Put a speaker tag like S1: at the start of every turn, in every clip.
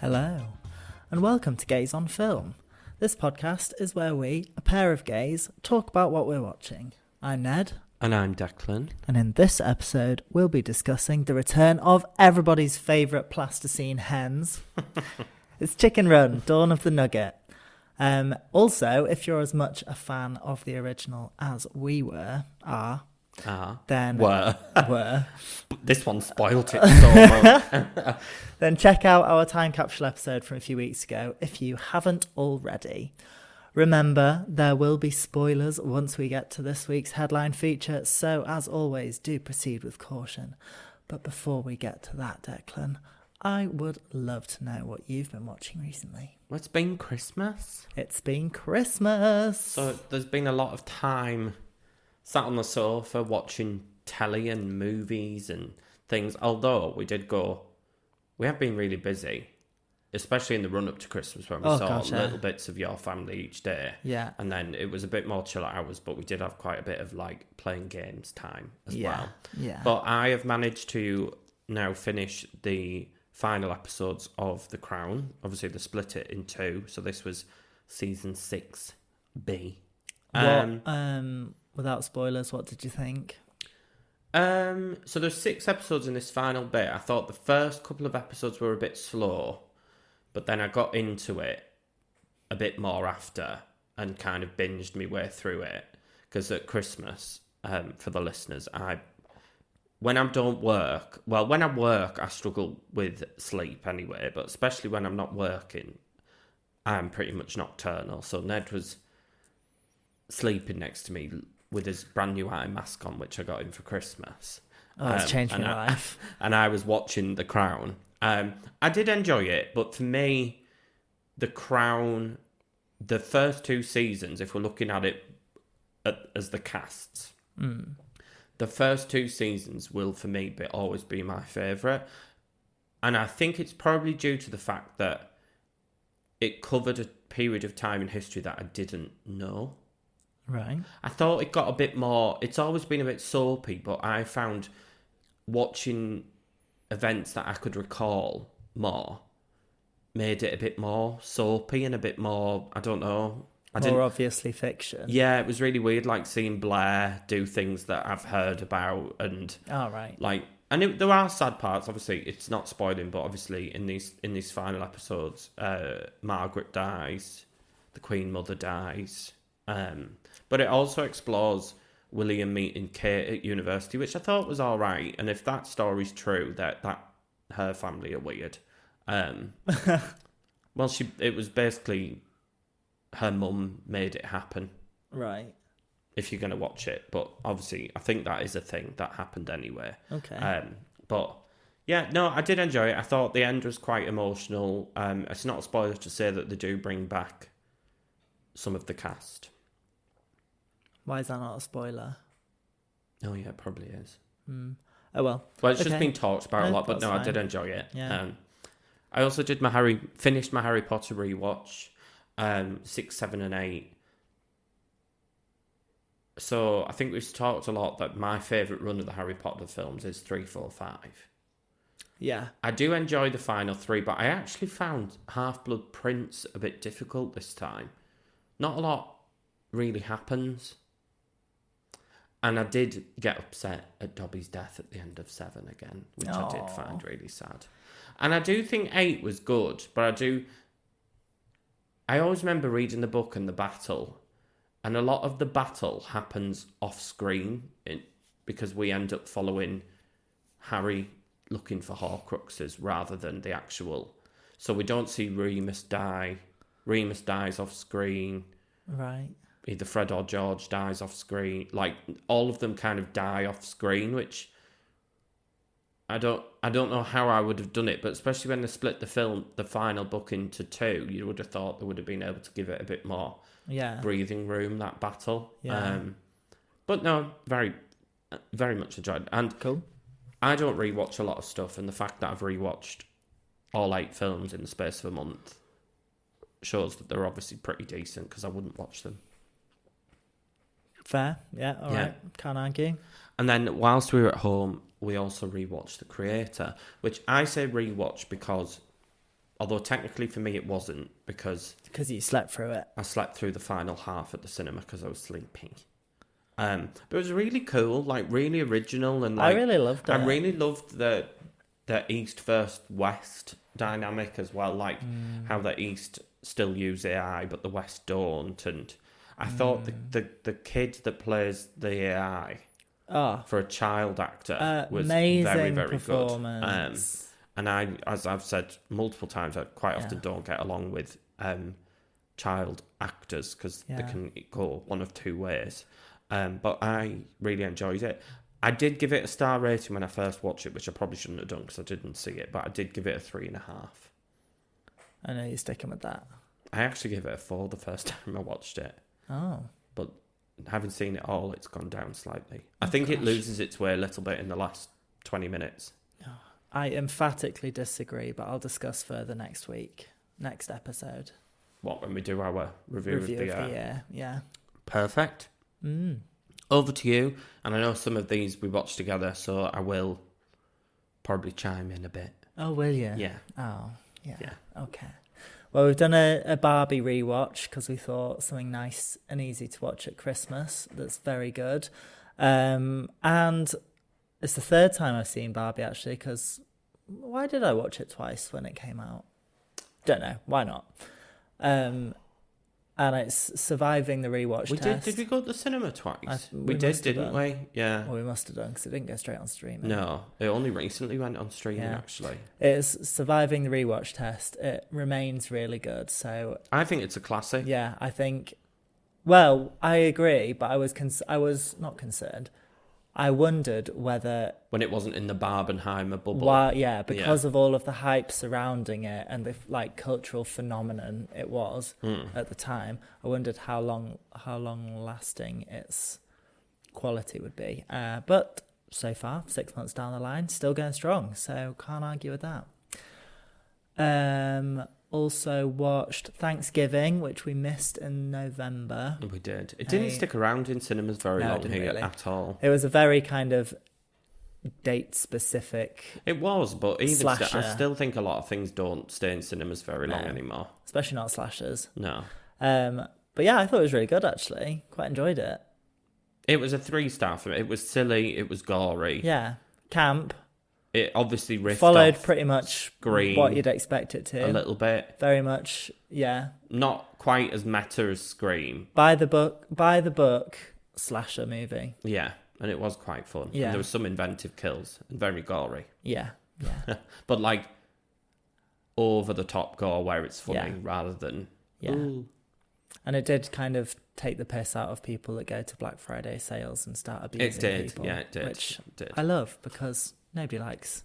S1: Hello, and welcome to Gays on Film. This podcast is where we, a pair of gays, talk about what we're watching. I'm Ned,
S2: And I'm Declan.
S1: and in this episode, we'll be discussing the return of everybody's favourite plasticine hens. it's Chicken Run, Dawn of the Nugget. Um, also, if you're as much a fan of the original as we were, are,
S2: Ah.
S1: then
S2: Were.
S1: were,
S2: This one spoiled it so um, much.
S1: then check out our time capsule episode from a few weeks ago if you haven't already. Remember, there will be spoilers once we get to this week's headline feature, so as always, do proceed with caution. But before we get to that, Declan, I would love to know what you've been watching recently.
S2: It's been Christmas.
S1: It's been Christmas.
S2: So there's been a lot of time sat on the sofa watching telly and movies and things. Although we did go, we have been really busy, especially in the run up to Christmas when we
S1: Oh,
S2: saw
S1: gosh, yeah.
S2: little bits of your family each day.
S1: Yeah.
S2: And then it was a bit more chill hours, but we did have quite a bit of like playing games time as
S1: yeah.
S2: well.
S1: Yeah.
S2: But I have managed to now finish the final episodes of The Crown. Obviously, they split it in two, so this was season six B. Um,
S1: what, um, without spoilers, what did you think?
S2: um, so there's six episodes in this final bit. I thought the first couple of episodes were a bit slow, but then I got into it a bit more after and kind of binged me way through it because at Christmas, um, for the listeners, I when I don't work, well, when I work, I struggle with sleep anyway, but especially when I'm not working, I'm pretty much nocturnal. So Ned was sleeping next to me with his brand new eye mask on, which I got him for Christmas.
S1: Oh, it's
S2: Um,
S1: changed
S2: and
S1: my
S2: I-
S1: life.
S2: and I was watching The Crown. Um, I did enjoy it, but for me, The Crown, the first two seasons, if we're looking at it at, as the casts,
S1: Mm,
S2: the first two seasons will for me be, always be my favourite, and I think it's probably due to the fact that it covered a period of time in history that I didn't know.
S1: Right.
S2: I thought it got a bit more. It's always been a bit soapy, but I found watching events that I could recall more made it a bit more soapy and a bit more. I don't know. I
S1: More
S2: didn't.
S1: obviously fiction.
S2: Yeah, it was really weird, like seeing Blair do things that I've heard about and
S1: All right.
S2: like and it, there are sad parts obviously it's not spoiling but obviously in these in these final episodes uh margaret dies the queen mother dies um but it also explores william meeting kate at university which i thought was all right and if that story's true that that her family are weird um well she it was basically her mum made it happen
S1: Right.
S2: if you're going to watch it but obviously i think that is a thing that happened anyway
S1: Okay.
S2: um, but yeah, no, I did enjoy it. I thought the end was quite emotional. Um, it's not a spoiler to say that they do bring back some of the cast.
S1: Why is that not a spoiler?
S2: Oh yeah, it probably is.
S1: Oh well.
S2: Well, it's just
S1: Okay.
S2: been talked about a
S1: No,
S2: lot, but
S1: that's
S2: no, I
S1: fine.
S2: did enjoy it.
S1: Yeah.
S2: Um, I also did my Harry finished my Harry Potter rewatch, um, six, seven, and eight. So I think we've talked a lot that my favourite run of the Harry Potter films is three, four, five.
S1: Yeah.
S2: I do enjoy the final three, but I actually found Half Blood Prince a bit difficult this time. Not a lot really happens. And I did get upset at Dobby's death at the end of seven again, which I did
S1: Aw.
S2: find really sad. And I do think eight was good, but I do. I always remember reading the book and the battle, and a lot of the battle happens off screen in, because we end up following Harry looking for Horcruxes rather than the actual. So we don't see Remus die. Remus dies off screen
S1: Right.
S2: either Fred or George dies off screen. Like all of them kind of die off screen, which I don't I don't know how I would have done it, but especially when they split the film the final book into two, you would have thought they would have been able to give it a bit more
S1: Yeah.
S2: breathing room that battle.
S1: Yeah.
S2: Um but no, very very much enjoyed. And
S1: Cool.
S2: I don't rewatch a lot of stuff and the fact that I've rewatched all eight films in the space of a month shows that they're obviously pretty decent because I wouldn't watch them.
S1: Fair. Yeah. All
S2: Yeah.
S1: Can't argue.
S2: And then whilst we were at home, we also rewatched The Creator, which I say rewatch because, although technically for me it wasn't, because
S1: Because you slept through it.
S2: I slept through the final half at the cinema because I was sleeping. Um, but it was really cool, like really original, and like
S1: I really loved it.
S2: I really loved the the East first West dynamic as well, like
S1: Mm.
S2: how the East still use AI but the West don't. And I thought the,
S1: Mm.
S2: the the kid that plays the AI
S1: Oh,
S2: for a child actor was
S1: amazing
S2: very very good. Um,
S1: performance.
S2: and I, as I've said multiple times, I quite often don't get along with um, child actors because they
S1: Yeah.
S2: can go one of two ways. Um, but I really enjoyed it. I did give it a star rating when I first watched it, which I probably shouldn't have done because I didn't see it. But I did give it a three and a half.
S1: I know you're sticking with that.
S2: I actually gave it a four the first time I watched it,
S1: Oh,
S2: but having seen it all, it's gone down slightly. I
S1: Oh,
S2: think it loses its way a little bit in the last twenty minutes.
S1: I emphatically disagree, but I'll discuss further next week, next episode.
S2: What when we do our review,
S1: Review
S2: of the, uh,
S1: year. Yeah.
S2: Perfect.
S1: Mm.
S2: Over to you. And I know some of these we watched together, so I will probably chime in a bit.
S1: Oh, will you?
S2: Yeah.
S1: Oh, yeah.
S2: Yeah.
S1: Okay. Well, we've done a, a Barbie rewatch because we thought something nice and easy to watch at Christmas. That's very good. Um, and it's the third time I've seen Barbie actually because why did I watch it twice when it came out? Don't know. Why not? Um, and it's surviving the rewatch
S2: We did.
S1: test.
S2: Did we go to the cinema twice?
S1: I-
S2: we,
S1: we
S2: did,
S1: must have
S2: didn't
S1: done.
S2: we? Yeah.
S1: Well, we must have done because it didn't go straight on streaming.
S2: No, it only recently went on streaming.
S1: Yeah.
S2: Actually,
S1: It's surviving the rewatch test. It remains really good. So
S2: I think it's a classic.
S1: Yeah, I think. Well, I agree, but I was cons- I was not concerned. I wondered whether
S2: When it wasn't in the Barbenheimer bubble.
S1: why yeah because of all of the hype surrounding it and the like cultural phenomenon it was at the time. I wondered how long how long lasting its quality would be. Uh, but so far, six months down the line, still going strong. So can't argue with that. Um, also watched Thanksgiving, which we missed in November.
S2: We did. It didn't
S1: I-
S2: stick around in cinemas very
S1: No, it
S2: long
S1: didn't
S2: here
S1: really.
S2: at all.
S1: It was a very kind of date specific,
S2: It was, but even still, I
S1: Slasher.
S2: still think a lot of things don't stay in cinemas very long
S1: No.
S2: anymore.
S1: especially not slashers.
S2: No.
S1: Um, but yeah, I thought it was really good actually. Quite enjoyed it.
S2: It was a three star for me. It was silly. It was gory.
S1: Yeah, camp
S2: It obviously riffed
S1: followed
S2: off
S1: pretty much
S2: Scream.
S1: what you'd expect it to.
S2: a little bit.
S1: Very much, yeah.
S2: Not quite as meta as Scream.
S1: By the book, by the book slasher movie.
S2: Yeah, and it was quite fun. And
S1: Yeah.
S2: there was some inventive kills and very gory,
S1: Yeah, yeah,
S2: but like over the top gore where it's funny
S1: Yeah.
S2: rather than
S1: yeah.
S2: "Ooh."
S1: And it did kind of take the piss out of people that go to Black Friday sales and start abusing
S2: It did,
S1: people.
S2: yeah, it did.
S1: Which
S2: It did.
S1: I love because nobody likes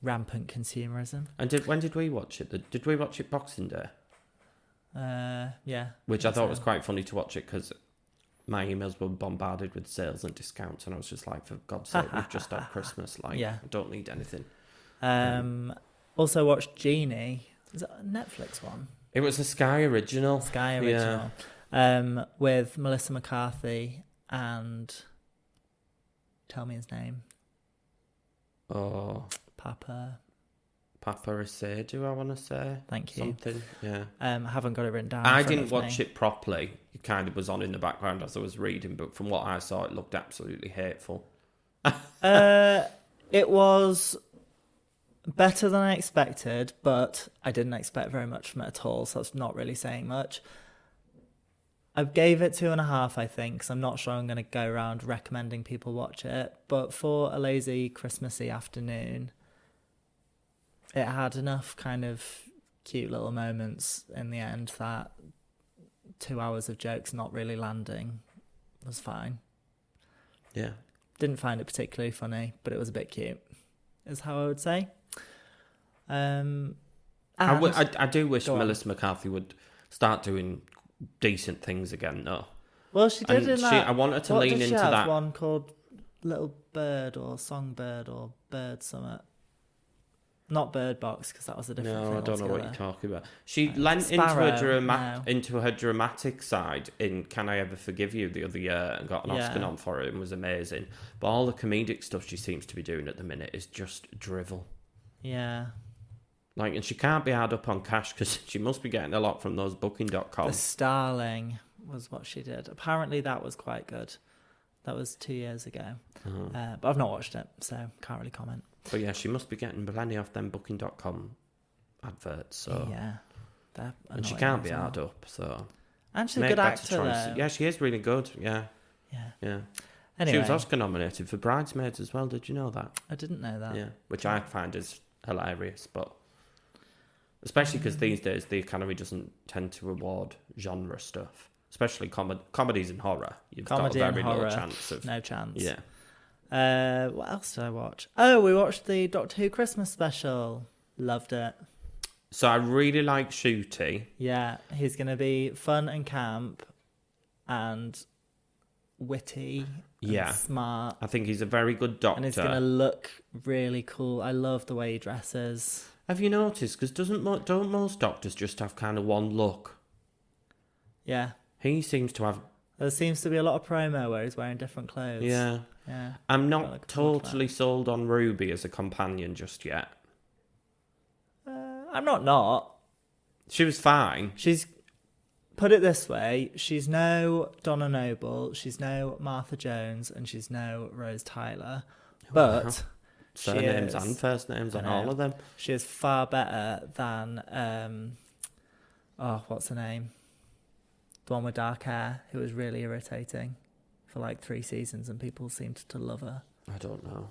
S1: rampant consumerism.
S2: And did when did we watch it? The- Did we watch it Boxing Day?
S1: Uh, yeah.
S2: Which I thought
S1: so.
S2: was quite funny to watch it because my emails were bombarded with sales and discounts, and I was just like, for God's sake, we've just had Christmas. Like,
S1: Yeah.
S2: I don't need anything.
S1: Um, also watched Genie. Is that a Netflix one?
S2: It was a Sky original.
S1: Sky
S2: Yeah.
S1: original. Um, with Melissa McCarthy and tell me his name,
S2: Oh,
S1: Papa
S2: Paparissé, do I want to say?
S1: Thank you.
S2: Something, yeah.
S1: Um, I haven't got it written down. in
S2: I
S1: front
S2: didn't
S1: of
S2: watch
S1: me.
S2: it properly. It kind of was on in the background as I was reading, but from what I saw, it looked absolutely hateful.
S1: Uh, it was better than I expected, but I didn't expect very much from it at all, so that's not really saying much. I gave it two and a half, I think, 'cause I'm not sure I'm going to go around recommending people watch it. But for a lazy Christmassy afternoon, it had enough kind of cute little moments in the end that two hours of jokes not really landing was fine.
S2: Yeah.
S1: Didn't find it particularly funny, but it was a bit cute, is how I would say. Um,
S2: I,
S1: and
S2: w- I, I do wish
S1: Go on.
S2: Melissa McCarthy would start doing decent things again, though.
S1: well, she did
S2: and
S1: in
S2: she-
S1: that.
S2: I want her to
S1: what
S2: lean
S1: did she
S2: into
S1: have?
S2: that.
S1: One called Little Bird or Songbird or Bird Summit. Not Bird Box because that was a different
S2: No,
S1: thing.
S2: I don't know what you're
S1: altogether.
S2: talking about. She lent into
S1: Sparrow,
S2: her drama-
S1: no.
S2: into her dramatic side in "Can I Ever Forgive You" the other year and got an Oscar
S1: Yeah.
S2: nom for it and was amazing. But all the comedic stuff she seems to be doing at the minute is just drivel.
S1: Yeah,
S2: Like, and she can't be hard up on cash because she must be getting a lot from those booking.com.
S1: The Starling was what she did. Apparently, that was quite good. That was two years ago, uh, but I've not watched it, so can't really comment.
S2: Uh-huh. But yeah, she must be getting plenty off them booking.com adverts. So.
S1: Yeah, they're
S2: And she
S1: annoying
S2: can't
S1: as
S2: be
S1: well.
S2: hard up, so
S1: And she's a
S2: Make
S1: good
S2: better
S1: actor,
S2: choices.
S1: though.
S2: Yeah, she is really good. Yeah,
S1: Yeah.
S2: yeah.
S1: Anyway,
S2: She was Oscar nominated for Bridesmaids as well. Did you know that?
S1: I didn't know that.
S2: Yeah, which I find is hilarious, but especially because these days the Academy doesn't tend to award genre stuff, especially com- comedies and horror. You've
S1: Comedy
S2: got a
S1: and
S2: very
S1: horror.
S2: little chance of.
S1: No chance.
S2: Yeah,
S1: Uh, what else did I watch? Oh, we watched the Doctor Who Christmas special. Loved it.
S2: so I really like Shooty.
S1: Yeah, he's gonna be fun and camp, and witty. and
S2: Yeah.
S1: smart.
S2: I think he's a very good doctor.
S1: And he's gonna look really cool. I love the way he dresses.
S2: Have you noticed? Because doesn't mo- don't most doctors just have kind of one look?
S1: Yeah,
S2: He seems to have.
S1: there seems to be a lot of promo where he's wearing different clothes.
S2: Yeah,
S1: yeah.
S2: I'm
S1: I look
S2: not
S1: forward to that.
S2: totally sold on Ruby as a companion just yet.
S1: I'm not not.
S2: She was fine.
S1: She's put it this way: she's no Donna Noble, she's no Martha Jones, and she's no Rose Tyler. But she
S2: Surnames
S1: is
S2: and first names
S1: I
S2: on
S1: know.
S2: all of them.
S1: she is far better than um, oh, what's her name? The one with dark hair who was really irritating for like three seasons, and people seemed to love her.
S2: I don't know.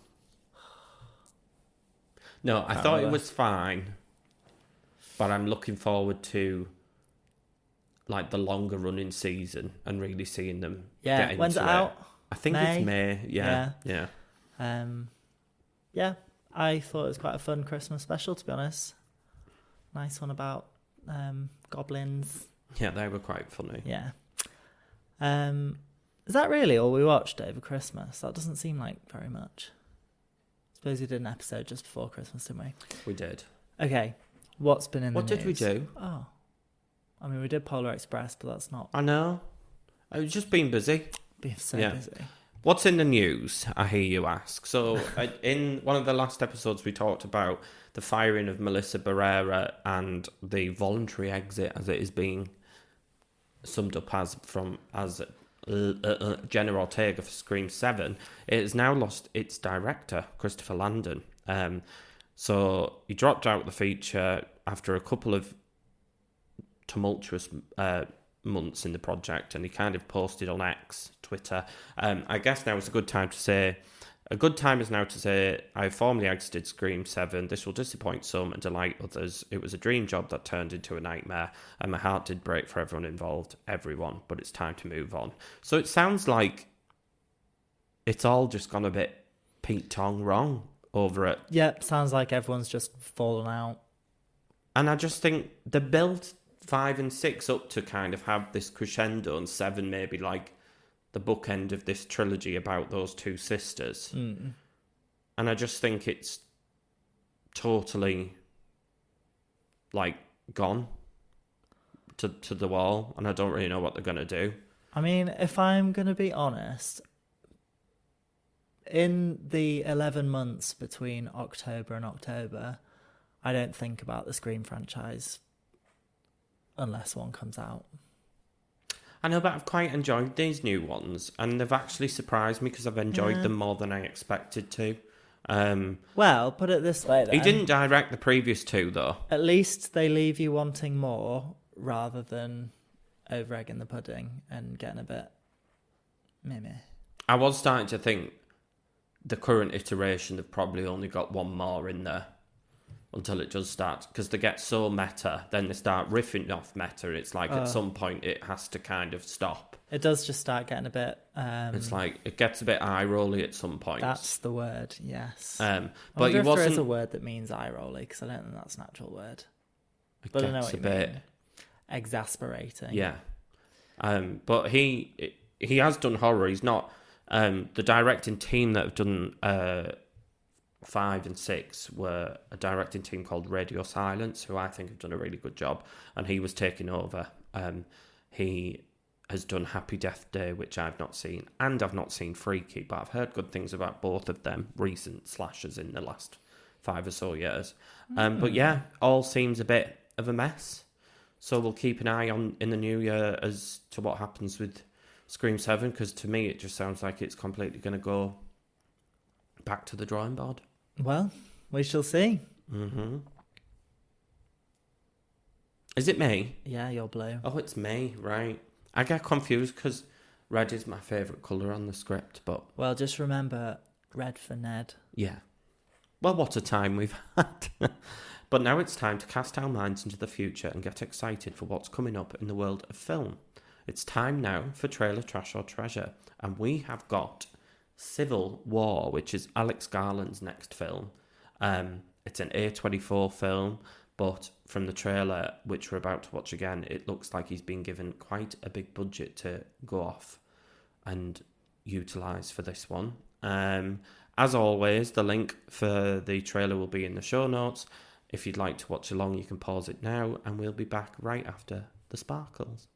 S2: No, I
S1: Can't
S2: thought it
S1: remember.
S2: was fine, but I'm looking forward to like the longer running season and really seeing them.
S1: Yeah,
S2: get
S1: when's it
S2: into
S1: out?
S2: I think
S1: May?
S2: it's May. Yeah, yeah.
S1: Um, yeah, I thought it was quite a fun Christmas special, to be honest. Nice one about um, goblins.
S2: Yeah, they were quite funny.
S1: Yeah. Um, is that really all we watched over Christmas? That doesn't seem like very much. suppose we did an episode just before Christmas, didn't we?
S2: We did.
S1: Okay. What's been in
S2: what
S1: the
S2: did we
S1: news?
S2: do?
S1: Oh. I mean, we did Polar Express, but that's not
S2: I know. I've just been busy.
S1: being so
S2: Yeah.
S1: busy.
S2: What's in the news? I hear you ask. So, I- in one of the last episodes, we talked about the firing of Melissa Barrera and the voluntary exit, as it is being summed up as from as uh, uh, uh, Jenna Ortega for Scream Seven. It has now lost its director, Christopher Landon. Um, so he dropped out the feature after a couple of tumultuous uh, months in the project, and he kind of posted on X, Twitter. Um, I guess now is a good time to say. A good time is now to say, I formally exited Scream 7. This will disappoint some and delight others. It was a dream job that turned into a nightmare, and my heart did break for everyone involved, everyone, but it's time to move on. So it sounds like it's all just gone a bit pink tong wrong over at
S1: Yep, sounds like everyone's just fallen out.
S2: and I just think they built five and six up to kind of have this crescendo, and seven maybe like the bookend of this trilogy about those two sisters. And I just think it's totally like gone to to the wall, and I don't really know what they're gonna do.
S1: I mean, if I'm going to be honest, in the 11 months between October and October, I don't think about the Scream franchise unless one comes out.
S2: I know, but I've quite enjoyed these new ones, and they've actually surprised me because I've enjoyed them more than I expected to. Um,
S1: Well, put it this way, then.
S2: he didn't direct the previous two though.
S1: At least they leave you wanting more rather than over egging the pudding and getting a bit meh meh.
S2: I was starting to think the current iteration have probably only got one more in there until it does start because they get so meta, then they start riffing off meta. It's like
S1: Uh.
S2: at some point it has to kind of stop.
S1: It does just start getting a bit. Um,
S2: It's like it gets a bit eye rolly at some point.
S1: that's the word, yes.
S2: Um,
S1: I
S2: but
S1: wonder
S2: it
S1: if there
S2: wasn't.
S1: is a word that means eye rolly because I don't think that's an actual word.
S2: it
S1: but I know
S2: gets
S1: what
S2: a
S1: you
S2: bit.
S1: mean. Exasperating.
S2: Yeah. Um, but he he has done horror. He's not um, the directing team that have done uh, five and six were a directing team called Radio Silence, who I think have done a really good job, and he was taking over. Um, he has done Happy Death Day, which I've not seen, and I've not seen Freaky, but I've heard good things about both of them. Recent slashes in the last five or so years, um, but yeah, all seems a bit of a mess. So we'll keep an eye on in the new year as to what happens with Scream Seven, because to me it just sounds like it's completely going to go back to the drawing board.
S1: Well, we shall see.
S2: Mm-hmm. Is it me?
S1: Yeah, you're blue.
S2: Oh, it's me, right. I get confused because red is my favourite colour on the script, but
S1: Well, just remember red for Ned.
S2: yeah. Well, what a time we've had. but now it's time to cast our minds into the future and get excited for what's coming up in the world of film. It's time now for Trailer Trash or Treasure, and we have got Civil War, which is Alex Garland's next film. Um, it's an A24 film, but from the trailer, which we're about to watch again, it looks like he's been given quite a big budget to go off and utilize for this one. Um, as always, the link for the trailer will be in the show notes. If you'd like to watch along, you can pause it now, and we'll be back right after the sparkles.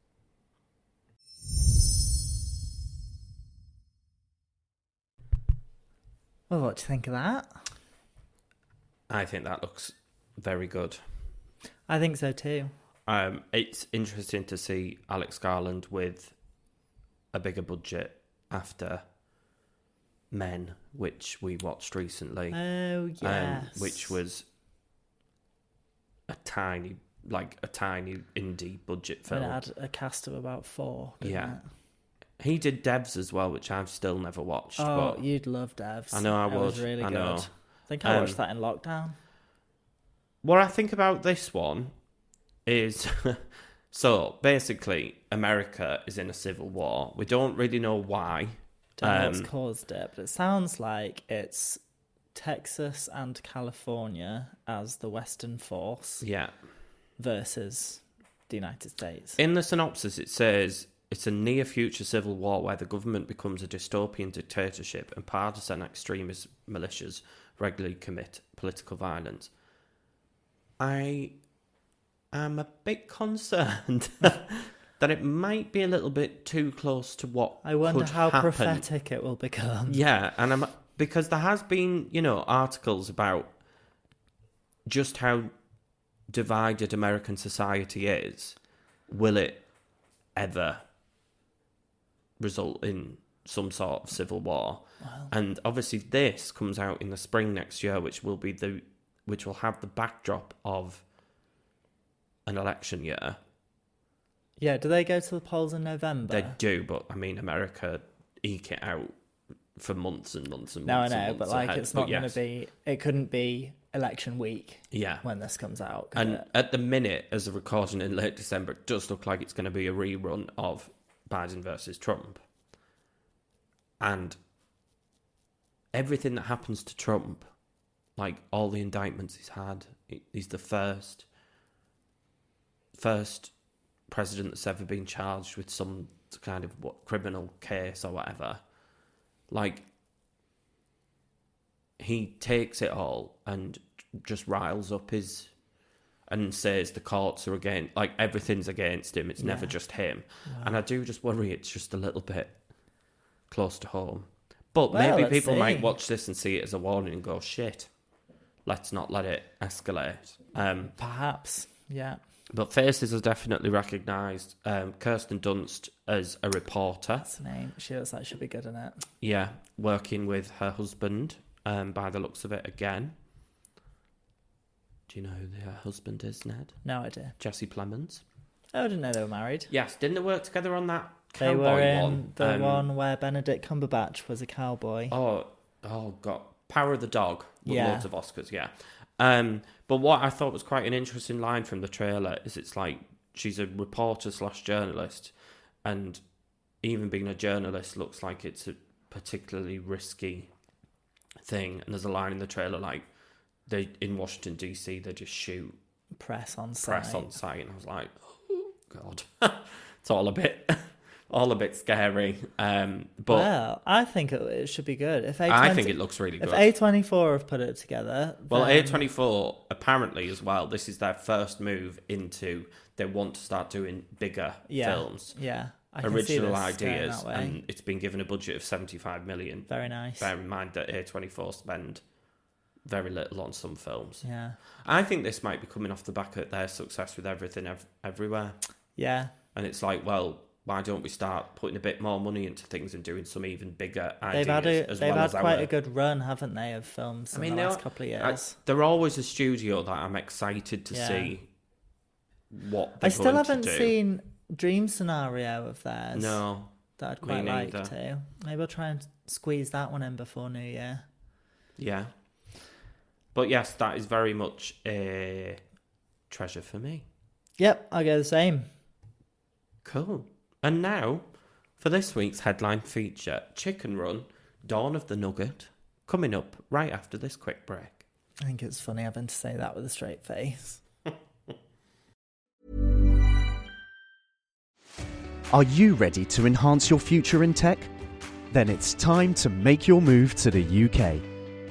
S1: Well, what do you think of that?
S2: I think that looks very good.
S1: I think so too.
S2: Um, it's interesting to see Alex Garland with a bigger budget after Men, which we watched recently,
S1: Oh yes.
S2: um, which was a tiny, like a tiny indie budget
S1: And
S2: film.
S1: it had a cast of about four. Didn't
S2: Yeah.
S1: It?
S2: He did Devs as well, which I've still never watched.
S1: Oh,
S2: but
S1: you'd love Devs.
S2: I know I
S1: It was
S2: would.
S1: really
S2: I know.
S1: good. I think I
S2: Um,
S1: watched that in lockdown.
S2: what I think about this one is so basically, America is in a civil war. We don't really know why.
S1: Don't know what's
S2: um,
S1: caused it, but it sounds like it's Texas and California as the Western force
S2: Yeah.
S1: versus the United States.
S2: In the synopsis, it says it's a near future civil war where the government becomes a dystopian dictatorship and partisan extremist militias regularly commit political violence. I am a bit concerned that it might be a little bit too close to what
S1: I wonder
S2: could
S1: how
S2: happen.
S1: prophetic it will become.
S2: Yeah, and I'm because there has been, you know, articles about just how divided American society is. Will it ever result in some sort of civil war? And obviously this comes out in the spring next year, which will be the which will have the backdrop of an election year.
S1: Yeah, do they go to the polls in November?
S2: They do, but I mean America eke it out for months and months and months.
S1: no, I know,
S2: and
S1: but
S2: months
S1: like
S2: ahead.
S1: it's not going
S2: yes.
S1: to be, it couldn't be election week
S2: Yeah.
S1: when this comes out. could
S2: And
S1: it?
S2: at the minute, as a recording in late December, it does look like it's going to be a rerun of Biden versus Trump. And everything that happens to Trump, like all the indictments he's had, he- he's the first, first president that's ever been charged with some kind of what criminal case or whatever. Like he takes it all and just riles up his and says the courts are against like everything's against him it's never
S1: Yeah.
S2: just him and i do just worry it's just a little bit close to home but
S1: Well,
S2: maybe
S1: let's
S2: people
S1: see.
S2: might watch this and see it as a warning and go shit let's not let it escalate. Um,
S1: Perhaps. Yeah.
S2: but faces are definitely recognised. Um, Kirsten Dunst as a reporter.
S1: That's the name. She looks like she'll be good in it.
S2: Yeah, working with her husband. Um, by the looks of it, again. Do you know who her husband is, Ned?
S1: No idea.
S2: Jesse Plemons.
S1: Oh, I didn't know they were married.
S2: Yes, didn't they work together on that
S1: They
S2: cowboy
S1: were in
S2: one?
S1: the
S2: Um,
S1: one where Benedict Cumberbatch was a cowboy.
S2: Oh, oh God! Power of the Dog with
S1: Yeah.
S2: loads of Oscars, yeah. Um, but what I thought was quite an interesting line from the trailer is it's like she's a reporter slash journalist, and even being a journalist looks like it's a particularly risky thing. And there's a line in the trailer like they in Washington D.C. they just shoot
S1: Press on site.
S2: press on site, and I was like, oh God, it's all a bit, all a bit scary. Um, but
S1: well, I think it, it should be good. If A20,
S2: I think it looks really
S1: if
S2: good.
S1: A24 have put it together,
S2: Well,
S1: then-
S2: A24 apparently as well. This is their first move into they want to start doing bigger
S1: yeah,
S2: films,
S1: Yeah. I can see
S2: original
S1: this going
S2: ideas,
S1: that way.
S2: and it's been given a budget of seventy-five million.
S1: Very nice.
S2: Bear in mind that A24 spend very little on some films.
S1: Yeah.
S2: I think this might be coming off the back of their success with everything ev- everywhere,
S1: Yeah.
S2: and it's like, well. Why don't we start putting a bit more money into things and doing some even bigger ideas
S1: They've had a,
S2: as
S1: they've
S2: well
S1: had
S2: as
S1: quite
S2: our
S1: a good run, haven't they, of films
S2: I
S1: in
S2: mean,
S1: the
S2: they
S1: last
S2: are-
S1: couple of
S2: I,
S1: years.
S2: they're always a studio that I'm excited to
S1: Yeah.
S2: see what
S1: I,
S2: they're
S1: still
S2: going
S1: haven't
S2: to do.
S1: seen Dream Scenario of theirs.
S2: No,
S1: that I'd
S2: Me
S1: quite like
S2: neither.
S1: to. Maybe I'll try and squeeze that one in before New Year.
S2: yeah, but yes, that is very much a treasure for me.
S1: Yep, I'll go the same.
S2: Cool. And now for this week's headline feature: Chicken Run, Dawn of the Nugget, coming up right after this quick break.
S1: I think it's funny having to say that with a straight face.
S3: Are you ready to enhance your future in tech? Then it's time to make your move to the UK,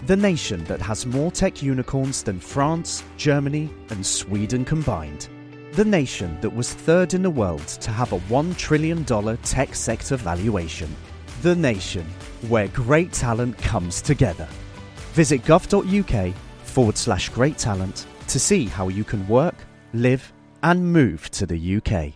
S3: the nation that has more tech unicorns than France, Germany, and Sweden combined. The nation that was third in the world to have a $1 trillion tech sector valuation. The nation where great talent comes together. Visit gov.uk forward slash great talent to see how you can work, live, and move to the UK.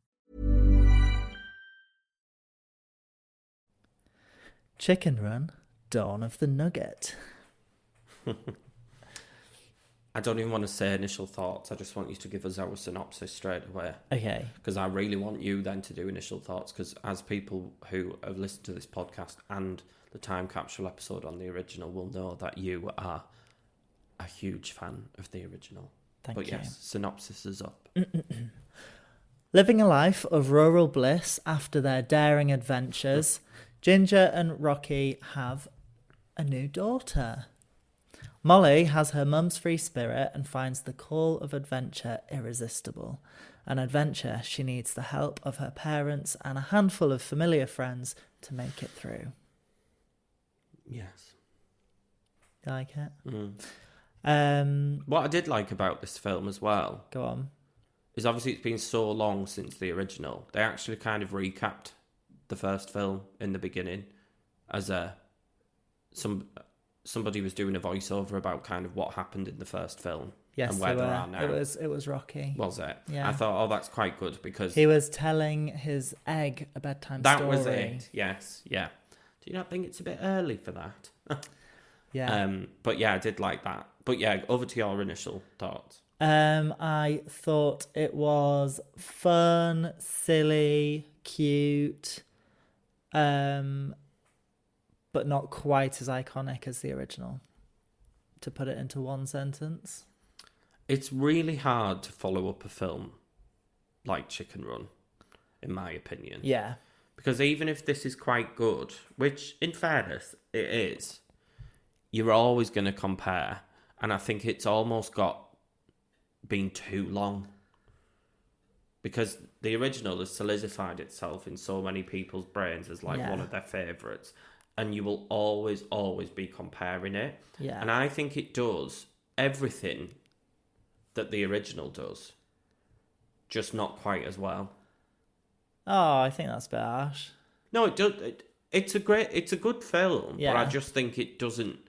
S1: Chicken Run, Dawn of the Nugget.
S2: I don't even want to say initial thoughts. I just want you to give us our synopsis straight away.
S1: Okay.
S2: because I really want you then to do initial thoughts. Because as people who have listened to this podcast and the time capsule episode on the original will know that you are a huge fan of the original.
S1: Thank
S2: but
S1: you.
S2: yes, synopsis is up.
S1: Living a life of rural bliss after their daring adventures, Ginger and Rocky have a new daughter. Molly has her mum's free spirit and finds the call of adventure irresistible. An adventure she needs the help of her parents and a handful of familiar friends to make it through.
S2: Yes.
S1: You like it?
S2: Mm.
S1: Um,
S2: What I did like about this film as well
S1: go on.
S2: is obviously it's been so long since the original. They actually kind of recapped the first film in the beginning as a some somebody was doing a voiceover about kind of what happened in the first film
S1: Yes,
S2: and where
S1: you
S2: they
S1: were.
S2: are now.
S1: It was it was Rocky.
S2: was it?
S1: Yeah.
S2: I thought, oh, that's quite good because
S1: he was telling his egg a bedtime
S2: that
S1: story.
S2: was it. Yes, yeah. Do you not think it's a bit early for that?
S1: Yeah.
S2: Um, but yeah, I did like that. But yeah, over to your initial thoughts.
S1: Um, I thought it was fun, silly, cute, um, but not quite as iconic as the original. To put it into one sentence,
S2: It's really hard to follow up a film like Chicken Run, in my opinion.
S1: yeah,
S2: Because even if this is quite good, which in fairness it is, you're always going to compare. And I think it's almost got been too long. Because the original has solidified itself in so many people's brains as like
S1: Yeah.
S2: one of their favourites. And you will always, always be comparing it.
S1: yeah,
S2: And I think it does everything that the original does, just not quite as well.
S1: Oh, I think that's a bit harsh.
S2: No, it does. It, it's a great, it's a good film, but I
S1: Yeah.
S2: just think it doesn't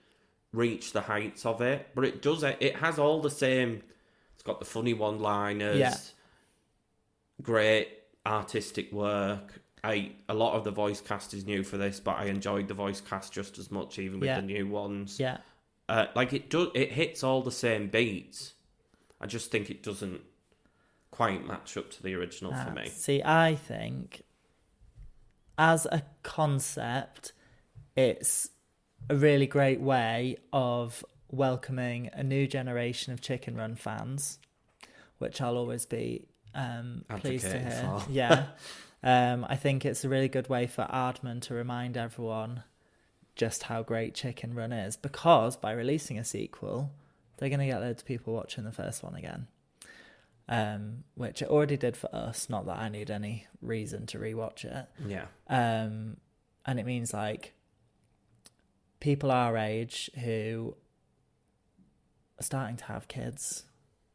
S2: reach the heights of it. But it does. It, it has all the same. It's got the funny one-liners.
S1: Yeah.
S2: Great artistic work. I a lot of the voice cast is new for this, but I enjoyed the voice cast just as much, even with
S1: Yeah.
S2: the new ones.
S1: Yeah,
S2: Uh, like it does, it hits all the same beats. I just think it doesn't quite match up to the original for
S1: Ah,
S2: me.
S1: See, I think as a concept, it's a really great way of welcoming a new generation of Chicken Run fans, which I'll always be um, pleased to
S2: Advocating
S1: hear.
S2: for.
S1: Yeah. Um, I think it's a really good way for Aardman to remind everyone just how great Chicken Run is because by releasing a sequel, they're going to get loads of people watching the first one again. Um, which it already did for us, not that I need any reason to rewatch it.
S2: Yeah,
S1: Um, and it means like people our age who are starting to have kids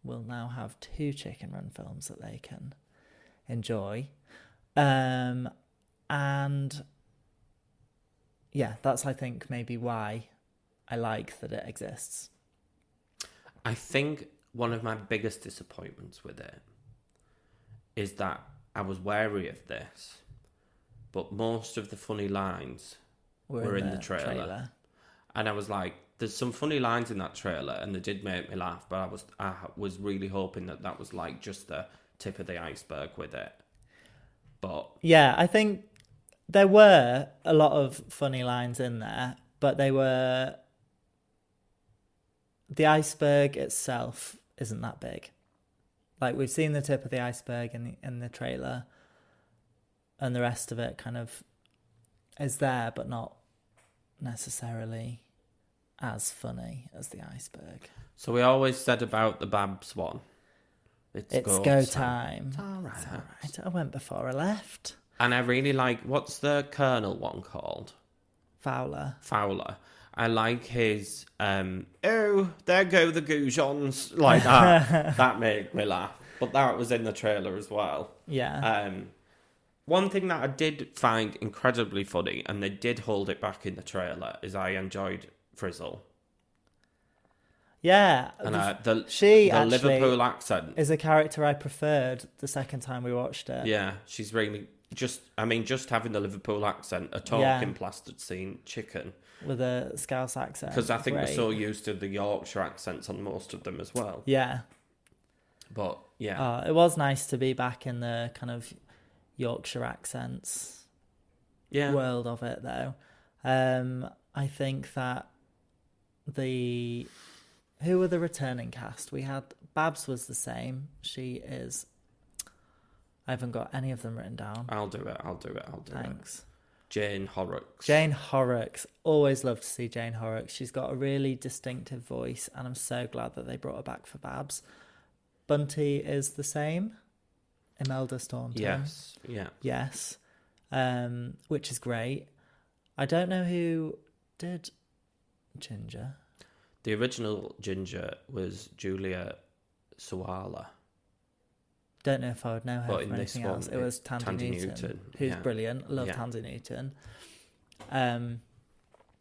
S1: will now have two chicken run films that they can enjoy. Um, and yeah, that's I think maybe why I like that it exists.
S2: I think one of my biggest disappointments with it is that I was wary of this, but most of the funny lines, We're in the trailer. and I was like, "There's some funny lines in that trailer," and they did make me laugh. But I was, I was really hoping that that was like just the tip of the iceberg with it. But
S1: Yeah, I think there were a lot of funny lines in there, but they were the iceberg itself isn't that big. Like we've seen the tip of the iceberg in the, in the trailer, and the rest of it kind of is there, but not necessarily as funny as the iceberg.
S2: So we always said about the Babs one.
S1: It's, go time.
S2: all right.
S1: It's all right. I went before I left.
S2: And I really like what's the Colonel one called?
S1: Fowler.
S2: Uh, Fowler. I like his um oh, there go the goujons like that. that made me laugh. But that was in the trailer as well.
S1: Yeah.
S2: Um, one thing that I did find incredibly funny, and they did hold it back in the trailer, is I enjoyed Frizzle
S1: yeah.
S2: and
S1: the-
S2: uh, the
S1: she
S2: the
S1: actually-
S2: Liverpool accent
S1: is a character I preferred the second time we watched it.
S2: Yeah, she's really just. I mean, just having the Liverpool accent, a talking
S1: Yeah.
S2: plastered scene, chicken.
S1: With a Scouse accent.
S2: Because I think
S1: Great.
S2: we're so used to the Yorkshire accents on most of them as well.
S1: Yeah.
S2: But yeah,
S1: Uh, it was nice to be back in the kind of Yorkshire accents
S2: yeah,
S1: world of it, though. Um, I think that the. Who were the returning cast? We had. Babs was the same. She is. I haven't got any of them written down.
S2: I'll do it. I'll do it. I'll do it.
S1: Thanks.
S2: Jane Horrocks.
S1: Jane Horrocks. Always love to see Jane Horrocks. She's got a really distinctive voice, and I'm so glad that they brought her back for Babs. Bunty is the same. Imelda Staunton.
S2: Yes. Yeah.
S1: Yes. Um, which is great. I don't know who did Ginger.
S2: The original Ginger was Julia Suala.
S1: Don't know if I would know her
S2: But
S1: from
S2: in this
S1: anything
S2: one,
S1: else. It
S2: it's
S1: was Tandy,
S2: Tandy
S1: Newton,
S2: Newton,
S1: who's
S2: yeah.
S1: brilliant. Love
S2: Yeah.
S1: Tandy Newton. Um,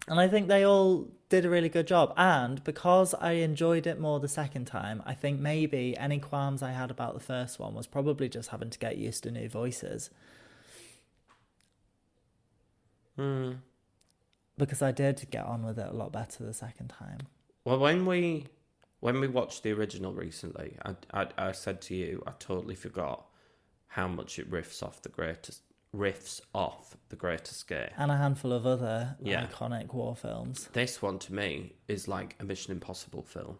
S1: and I think they all did a really good job. And because I enjoyed it more the second time, I think maybe any qualms I had about the first one was probably just having to get used to new voices.
S2: Hmm.
S1: because I did get on with it a lot better the second time.
S2: Well, when we when we watched the original recently, I, I I said to you, I totally forgot how much it riffs off the greatest riffs off the Great Escape.
S1: And a handful of other
S2: Yeah.
S1: iconic war films.
S2: This one to me is like a Mission Impossible film.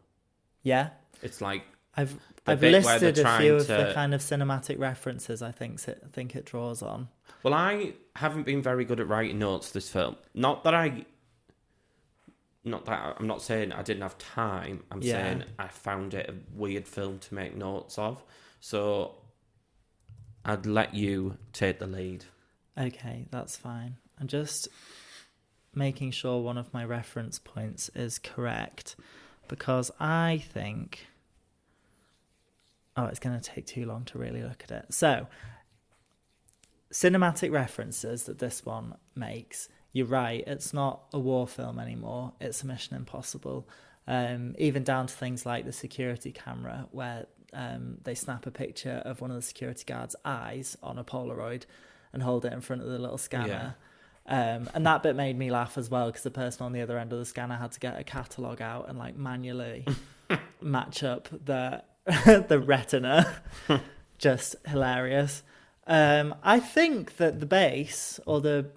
S1: Yeah.
S2: It's like
S1: I've
S2: The
S1: I've
S2: bit where they're
S1: listed a
S2: trying
S1: few of the
S2: to-
S1: kind of cinematic references I think it think it draws on.
S2: Well, I haven't been very good at writing notes this film. Not that I, not that I'm not saying I didn't have time. I'm
S1: Yeah.
S2: saying I found it a weird film to make notes of. So I'd let you take the lead.
S1: Okay, that's fine. I'm just making sure one of my reference points is correct because I think. Oh, it's going to take too long to really look at it. So, cinematic references that this one makes. You're right, it's not a war film anymore, it's a Mission Impossible. Um, even down to things like the security camera, where um, they snap a picture of one of the security guards' eyes on a Polaroid and hold it in front of the little scanner. Um, and that bit made me laugh as well because the person on the other end of the scanner had to get a catalogue out and like manually match up the the retina. Just hilarious. Um, I think that the base or the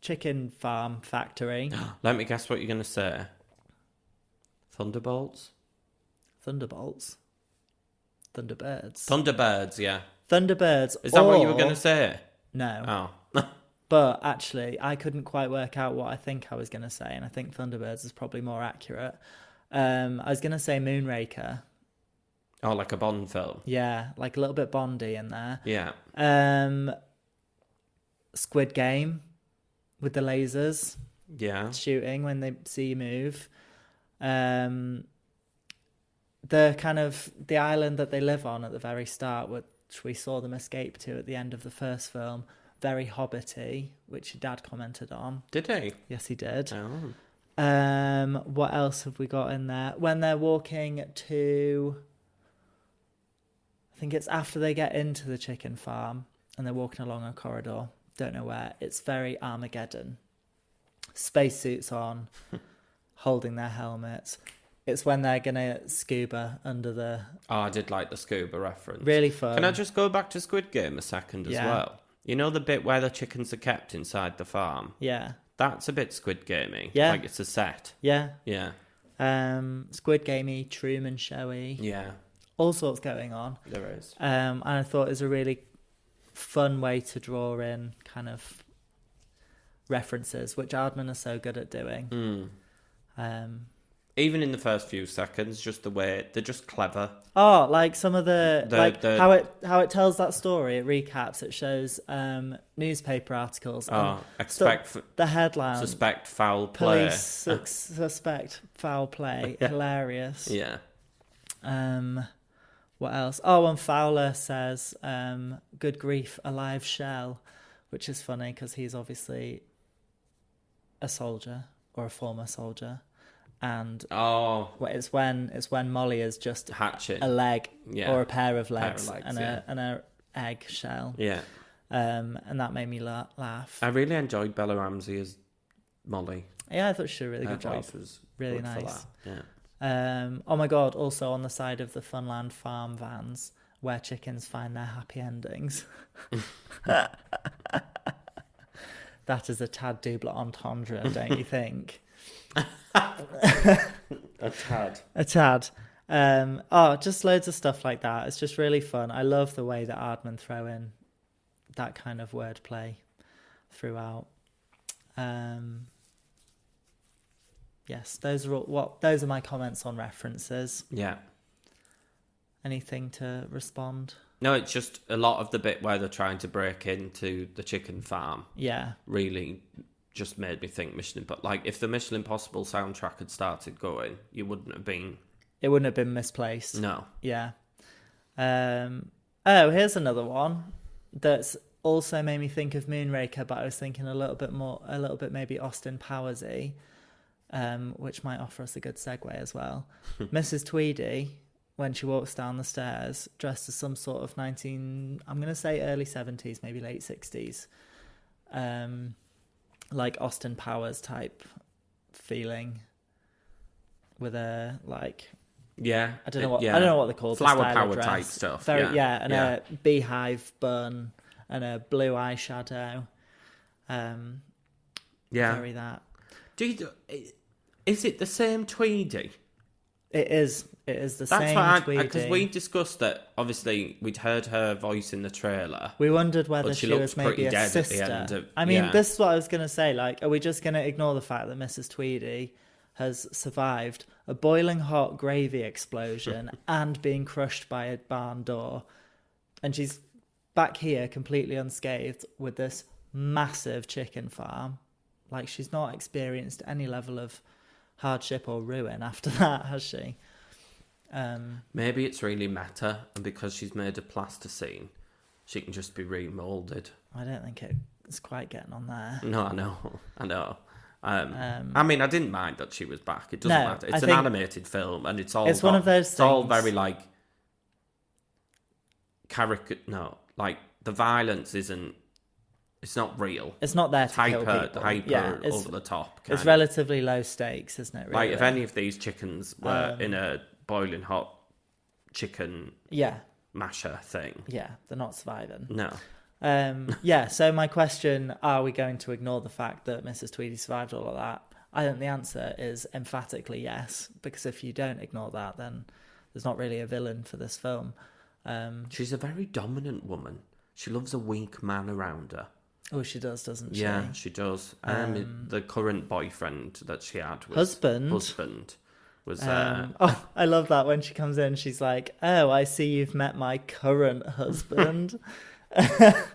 S1: chicken farm factory,
S2: Let me guess what you're gonna say. Thunderbolts,
S1: Thunderbolts, Thunderbirds,
S2: Thunderbirds. Yeah,
S1: Thunderbirds.
S2: is that what you were
S1: or-
S2: gonna say?
S1: No,
S2: Oh,
S1: but actually, I couldn't quite work out what I think I was gonna say, and I think Thunderbirds is probably more accurate. Um, I was gonna say Moonraker.
S2: oh, like a Bond film.
S1: Yeah, like a little bit Bondy in there.
S2: Yeah,
S1: Um, Squid Game with the lasers.
S2: yeah.
S1: shooting when they see you move. Um, the kind of the island that they live on at the very start, which we saw them escape to at the end of the first film, very hobbity, which your dad commented on.
S2: Did he?
S1: Yes, he did.
S2: Oh.
S1: Um, what else have we got in there? When they're walking to, I think it's after they get into the chicken farm and they're walking along a corridor. Don't know where. It's very Armageddon. Spacesuits on, holding their helmets. It's when they're gonna scuba under the
S2: Oh, I did like the scuba reference.
S1: really fun.
S2: Can I just go back to Squid Game a second as
S1: Yeah.
S2: well? You know the bit where the chickens are kept inside the farm?
S1: Yeah,
S2: That's a bit Squid Gamey.
S1: Yeah.
S2: Like it's a set.
S1: yeah.
S2: Yeah.
S1: Um, Squid Gamey, Truman Showy,
S2: Yeah.
S1: all sorts going on.
S2: There is.
S1: um, and I thought it was a really fun way to draw in kind of references, which Aardman are so good at doing.
S2: Hmm.
S1: Um,
S2: Even in the first few seconds, just the way they're just clever.
S1: oh, like some of the,
S2: The-
S1: like
S2: the-
S1: how it how it tells that story. It recaps. It shows um, newspaper articles. and
S2: Oh, expect f-
S1: the headline:
S2: suspect foul play.
S1: um, police sus- suspect foul play. Hilarious.
S2: Yeah.
S1: Um, what else? Oh, and Fowler says, um, "Good grief, a live shell," which is funny because he's obviously a soldier or a former soldier, and
S2: Oh,
S1: wh- it's when it's when Molly is just
S2: hatchet.
S1: a leg
S2: Yeah.
S1: or a pair of
S2: of
S1: legs,
S2: legs,
S1: and
S2: yeah.
S1: a and a egg shell,
S2: Yeah.
S1: um, and that made me la- laugh.
S2: I really enjoyed Bella Ramsey as Molly.
S1: yeah, I thought she did a really
S2: Her
S1: good job.
S2: voice was
S1: Really
S2: good for
S1: nice.
S2: that. Yeah.
S1: Um, oh my god! Also on the side of the Funland farm vans, where chickens find their happy endings. that is a tad double entendre, don't you think?
S2: A tad.
S1: a tad. Um, oh, just loads of stuff like that. It's just really fun. I love the way that Aardman throw in that kind of wordplay throughout. Um, yes, those are all, what those are my comments on references.
S2: Yeah.
S1: anything to respond.
S2: No, it's just a lot of the bit where they're trying to break into the chicken farm.
S1: Yeah,
S2: really just made me think Mission Impossible. Like, if the Mission Impossible soundtrack had started going, you wouldn't have been.
S1: it wouldn't have been misplaced.
S2: No.
S1: Yeah. Um. Oh, here's another one that's also made me think of Moonraker, but I was thinking a little bit more, a little bit maybe Austin Powersy, um, which might offer us a good segue as well. Mrs. Tweedy, when she walks down the stairs, dressed as some sort of nineteen, I'm gonna say early seventies, maybe late sixties, um, like Austin Powers type feeling with a like
S2: Yeah.
S1: I don't know
S2: it-
S1: what
S2: Uh, yeah.
S1: I don't know what they call the
S2: Flower
S1: style of
S2: power
S1: dress.
S2: type stuff,
S1: Very
S2: yeah,
S1: and
S2: yeah.
S1: a beehive bun and a blue eyeshadow. Um,
S2: Yeah.
S1: very that.
S2: Do you, is it the same Tweedy?
S1: It is. It is the
S2: That's
S1: same
S2: what I
S1: Tweedy.
S2: because we discussed that. Obviously, we'd heard her voice in the trailer.
S1: We wondered whether
S2: But
S1: she,
S2: she
S1: was
S2: looked
S1: maybe
S2: pretty dead
S1: a
S2: at the
S1: sister.
S2: end of-
S1: I mean,
S2: yeah.
S1: this is what I was going to say. Like, are we just going to ignore the fact that Mrs. Tweedy has survived a boiling hot gravy explosion and being crushed by a barn door? And she's back here completely unscathed with this massive chicken farm. Like, she's not experienced any level of hardship or ruin after that, has she? Um,
S2: Maybe it's really meta, and because she's made of plasticine, she can just be remolded.
S1: I don't think it's quite getting on there.
S2: No, I know, I know. Um,
S1: Um,
S2: I mean, I didn't mind that she was back. It doesn't
S1: No,
S2: matter.
S1: I
S2: It's an
S1: think-
S2: animated film, and it's all
S1: It's one
S2: got-
S1: of those
S2: It's all
S1: things-
S2: very like caricature. No, like the violence isn't. It's not real.
S1: It's not there to
S2: It's
S1: kill
S2: hyper,
S1: people.
S2: hyper,
S1: yeah, it's,
S2: over the top. kind
S1: it's
S2: of.
S1: relatively low stakes, isn't it? Really?
S2: Like if any of these chickens
S1: Um,
S2: were in a boiling hot chicken
S1: Yeah,
S2: masher thing,
S1: yeah, they're not surviving.
S2: no.
S1: Um, yeah. So my question: Are we going to ignore the fact that Mrs. Tweedy survived all of that? I think the answer is emphatically yes, because if you don't ignore that, then there's not really a villain for this film. Um,
S2: She's a very dominant woman. She loves a weak man around her.
S1: oh, she does, doesn't she?
S2: Yeah, she does. Um, the current boyfriend that she had was
S1: Husband?
S2: Husband was uh,
S1: Um, oh, I love that when she comes in, she's like, "Oh, I see you've met my current husband."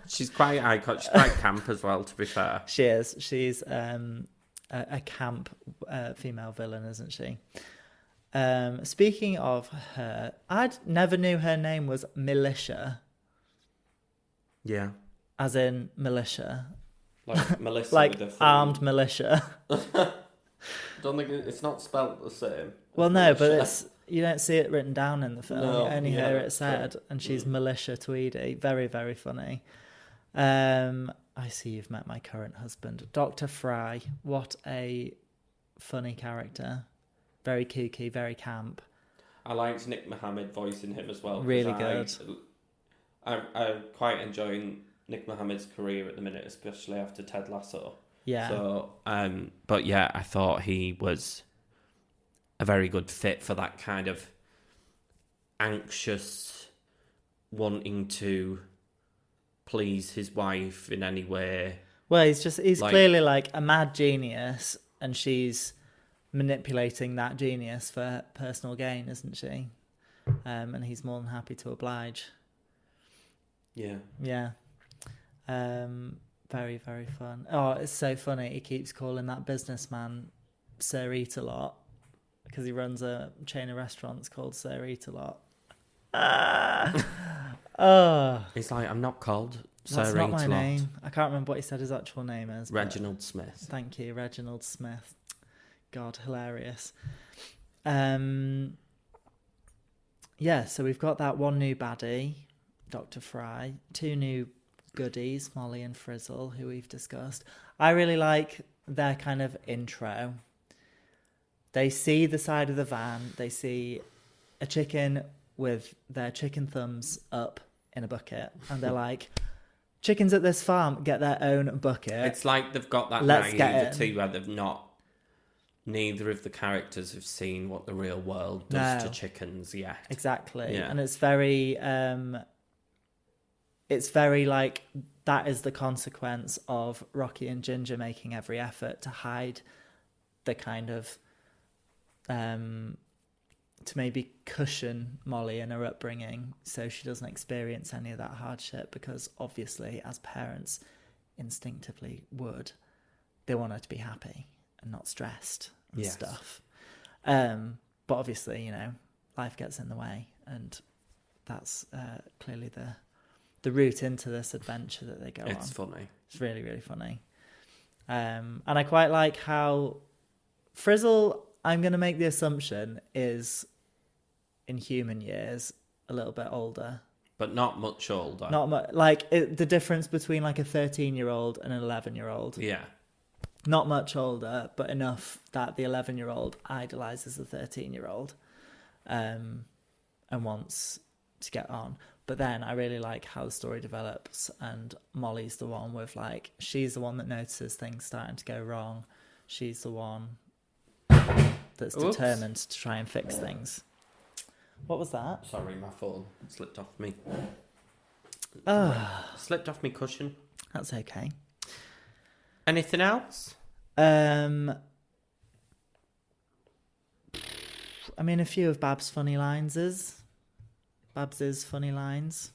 S2: she's quite icon. She's quite camp as well. To be fair,
S1: She is. She's um, a, a camp uh, female villain, isn't she? Um, speaking of her, I never knew her name was Militia,
S2: yeah,
S1: as in militia,
S2: like Melissa,
S1: like armed militia.
S2: Don't think it's not spelt the same.
S1: well, no, but it's you don't see it written down in the film.
S2: No,
S1: you only
S2: yeah,
S1: hear it
S2: that's Mm.
S1: said, and she's Militia Tweedy. Very, very funny. Um, I see you've met my current husband, Doctor Fry. What a funny character. Very kooky, very camp.
S2: I liked Nick Mohammed voicing him as well. 'cause
S1: Really
S2: I-
S1: good.
S2: I, I'm quite enjoying Nick Mohammed's career at the minute, especially after Ted Lasso.
S1: Yeah.
S2: So, um, but yeah, I thought he was a very good fit for that kind of anxious, wanting to please his wife in any way.
S1: Well, he's just he's
S2: Like-
S1: clearly like a mad genius and she's manipulating that genius for personal gain, isn't she? Um, and he's more than happy to oblige.
S2: Yeah.
S1: Yeah. Um, very, very fun. Oh, it's so funny. He keeps calling that businessman Sir Eat a Lot because he runs a chain of restaurants called Sir Eat a Lot. Ah. oh,
S2: It's like, I'm not called Sir
S1: that's not my
S2: Eat-a-Lot.
S1: name. I can't remember what he said his actual name is. but-
S2: Reginald Smith.
S1: Thank you, Reginald Smith. God, hilarious. Um, yeah, so we've got that one new baddie, Dr. Fry, two new goodies, Molly and Frizzle, who we've discussed. I really like their kind of intro. They see the side of the van, they see a chicken with their chicken thumbs up in a bucket, and they're like, chickens at this farm get their own bucket.
S2: It's like they've got that
S1: Let's get
S2: naivety where they've not. Neither of the characters have seen what the real world does
S1: No.
S2: to chickens yet.
S1: Exactly.
S2: Yeah.
S1: And it's very um it's very like that is the consequence of Rocky and Ginger making every effort to hide the kind of um to maybe cushion Molly in her upbringing so she doesn't experience any of that hardship because obviously as parents instinctively would they want her to be happy and not stressed and
S2: Yes.
S1: stuff. Um, but obviously, you know, life gets in the way, and that's uh, clearly the the route into this adventure that they go
S2: It's
S1: on.
S2: funny.
S1: It's really really funny, um, and I quite like how Frizzle. I'm going to make the assumption is in human years a little bit older.
S2: but not much older.
S1: Not much, like it, the difference between like a 13 year old and an 11 year old
S2: yeah,
S1: not much older, but enough that the 11 year old idolizes the 13 year old um, and wants to get on. But then I really like how the story develops, and Molly's the one with like, she's the one that notices things starting to go wrong. She's the one that's
S2: Oops.
S1: determined to try and fix things. What was that?
S2: Sorry, my phone slipped off me.
S1: Oh,
S2: Slipped off me cushion.
S1: that's okay.
S2: Anything else?
S1: Um, I mean, a few of Bab's funny lines is Babs's funny lines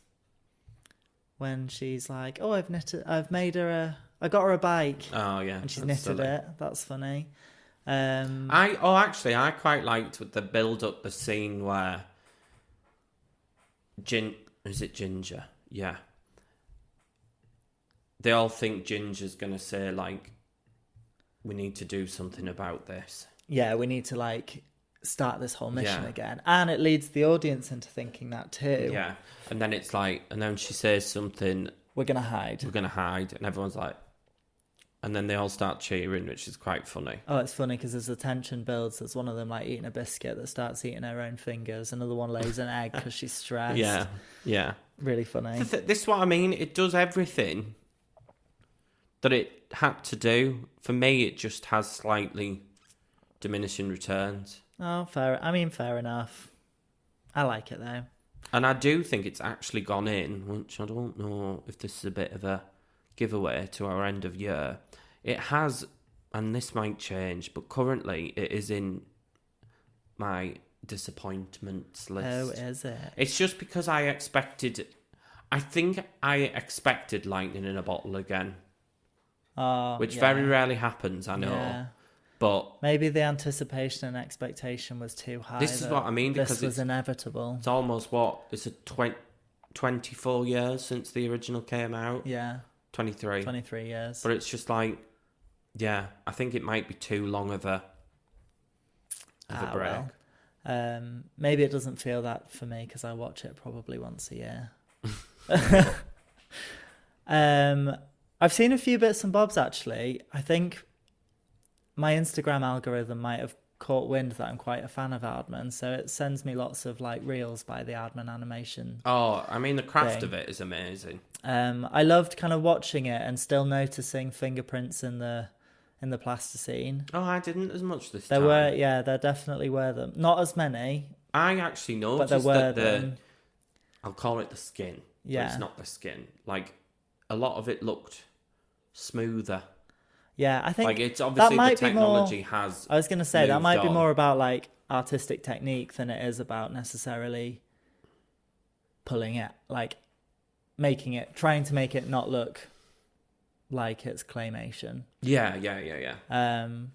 S1: when she's like, "Oh, I've knitted, I've made her a, I got her a bike,
S2: Oh yeah,
S1: and she's
S2: that's
S1: knitted
S2: silly.
S1: it. That's funny." Um,
S2: I oh actually I quite liked with the build up the scene where Gin is it Ginger? Yeah. They all think Ginger's gonna say like we need to do something about this.
S1: yeah, we need to like start this whole mission
S2: Yeah.
S1: again, and it leads the audience into thinking that too.
S2: Yeah. And then it's like and then she says something
S1: We're gonna hide.
S2: we're gonna hide and everyone's like and then they all start cheering, which is quite funny.
S1: Oh, it's funny because as the tension builds, there's one of them like eating a biscuit that starts eating her own fingers. Another one lays an egg because she's stressed.
S2: Yeah. Yeah.
S1: really funny.
S2: Th- th- This is what I mean. It does everything that it had to do. For me, it just has slightly diminishing returns.
S1: Oh, fair. I mean, fair enough. I like it though.
S2: And I do think it's actually gone in, which I don't know if this is a bit of a giveaway to our end of year. It has, and this might change, but currently it is in my disappointments list.
S1: Oh, is it?
S2: It's just because I expected. I think I expected lightning in a bottle again,
S1: Oh,
S2: which
S1: yeah.
S2: very rarely happens. I know,
S1: Yeah.
S2: but
S1: Maybe the anticipation and expectation was too high.
S2: This is
S1: that
S2: what I mean,
S1: This
S2: because
S1: was
S2: it's-
S1: inevitable.
S2: it's almost what it's a twen- 24 years since the original came out.
S1: Yeah,
S2: 23.
S1: twenty-three years.
S2: But it's just like, yeah, I think it might be too long of a of
S1: Ah,
S2: a break.
S1: well. Um, maybe it doesn't feel that for me because I watch it probably once a year. um, I've seen a few bits and bobs actually. I think my Instagram algorithm might have caught wind that I'm quite a fan of Aardman, so it sends me lots of like reels by the Aardman animation.
S2: Oh, I mean, the craft
S1: Thing.
S2: of it is amazing.
S1: Um, I loved kind of watching it and still noticing fingerprints in the in the plasticine.
S2: Oh, I didn't as much this
S1: There
S2: time.
S1: were, yeah, there definitely were them. Not as many,
S2: I actually
S1: but
S2: noticed
S1: there were
S2: Oh, that the
S1: them.
S2: I'll call it the skin. Yeah,
S1: Yeah.
S2: it's not the skin. Like a lot of it looked smoother.
S1: Yeah, I think
S2: Like it's obviously the
S1: might be more-
S2: technology has.
S1: I was going to say that
S2: moved
S1: might be
S2: on.
S1: more about like artistic technique than it is about necessarily pulling it, like making it, trying to make it not look like it's claymation.
S2: Yeah, yeah, yeah, yeah.
S1: Um,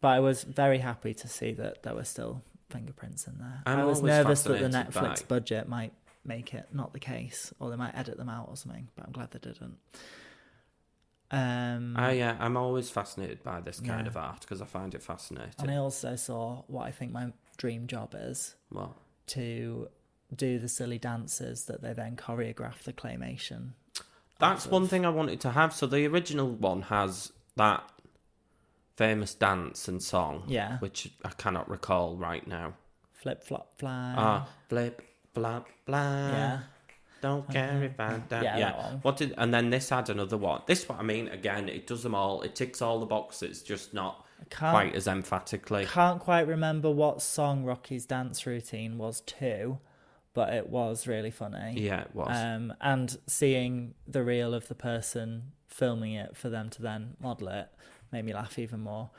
S1: but I was very happy to see that there were still fingerprints in there.
S2: I'm
S1: I was
S2: always
S1: nervous that the
S2: fascinated by-
S1: Netflix budget might make it not the case, or they might edit them out or something. But I'm glad they didn't. Um,
S2: I yeah, I'm always fascinated by this kind
S1: Yeah.
S2: of art because I find it fascinating.
S1: and I also saw what I think my dream job is.
S2: Well,
S1: to do the silly dances that they then choreograph the claymation.
S2: that's
S1: of.
S2: one thing I wanted to have. So the original one has that famous dance and song,
S1: Yeah.
S2: which I cannot recall right now.
S1: Flip flop fly.
S2: Ah, flip, flap, blah.
S1: Uh-huh. yeah.
S2: Don't care if I don't.
S1: Um, Yeah,
S2: Yeah.
S1: that one.
S2: What did and then this had another one. This what I mean again. It does them all. It ticks all the boxes, just not
S1: I can't
S2: quite as emphatically.
S1: can't quite remember what song Rocky's dance routine was to, but it was really funny.
S2: Yeah, it was.
S1: Um and seeing the reel of the person filming it for them to then model it made me laugh even more.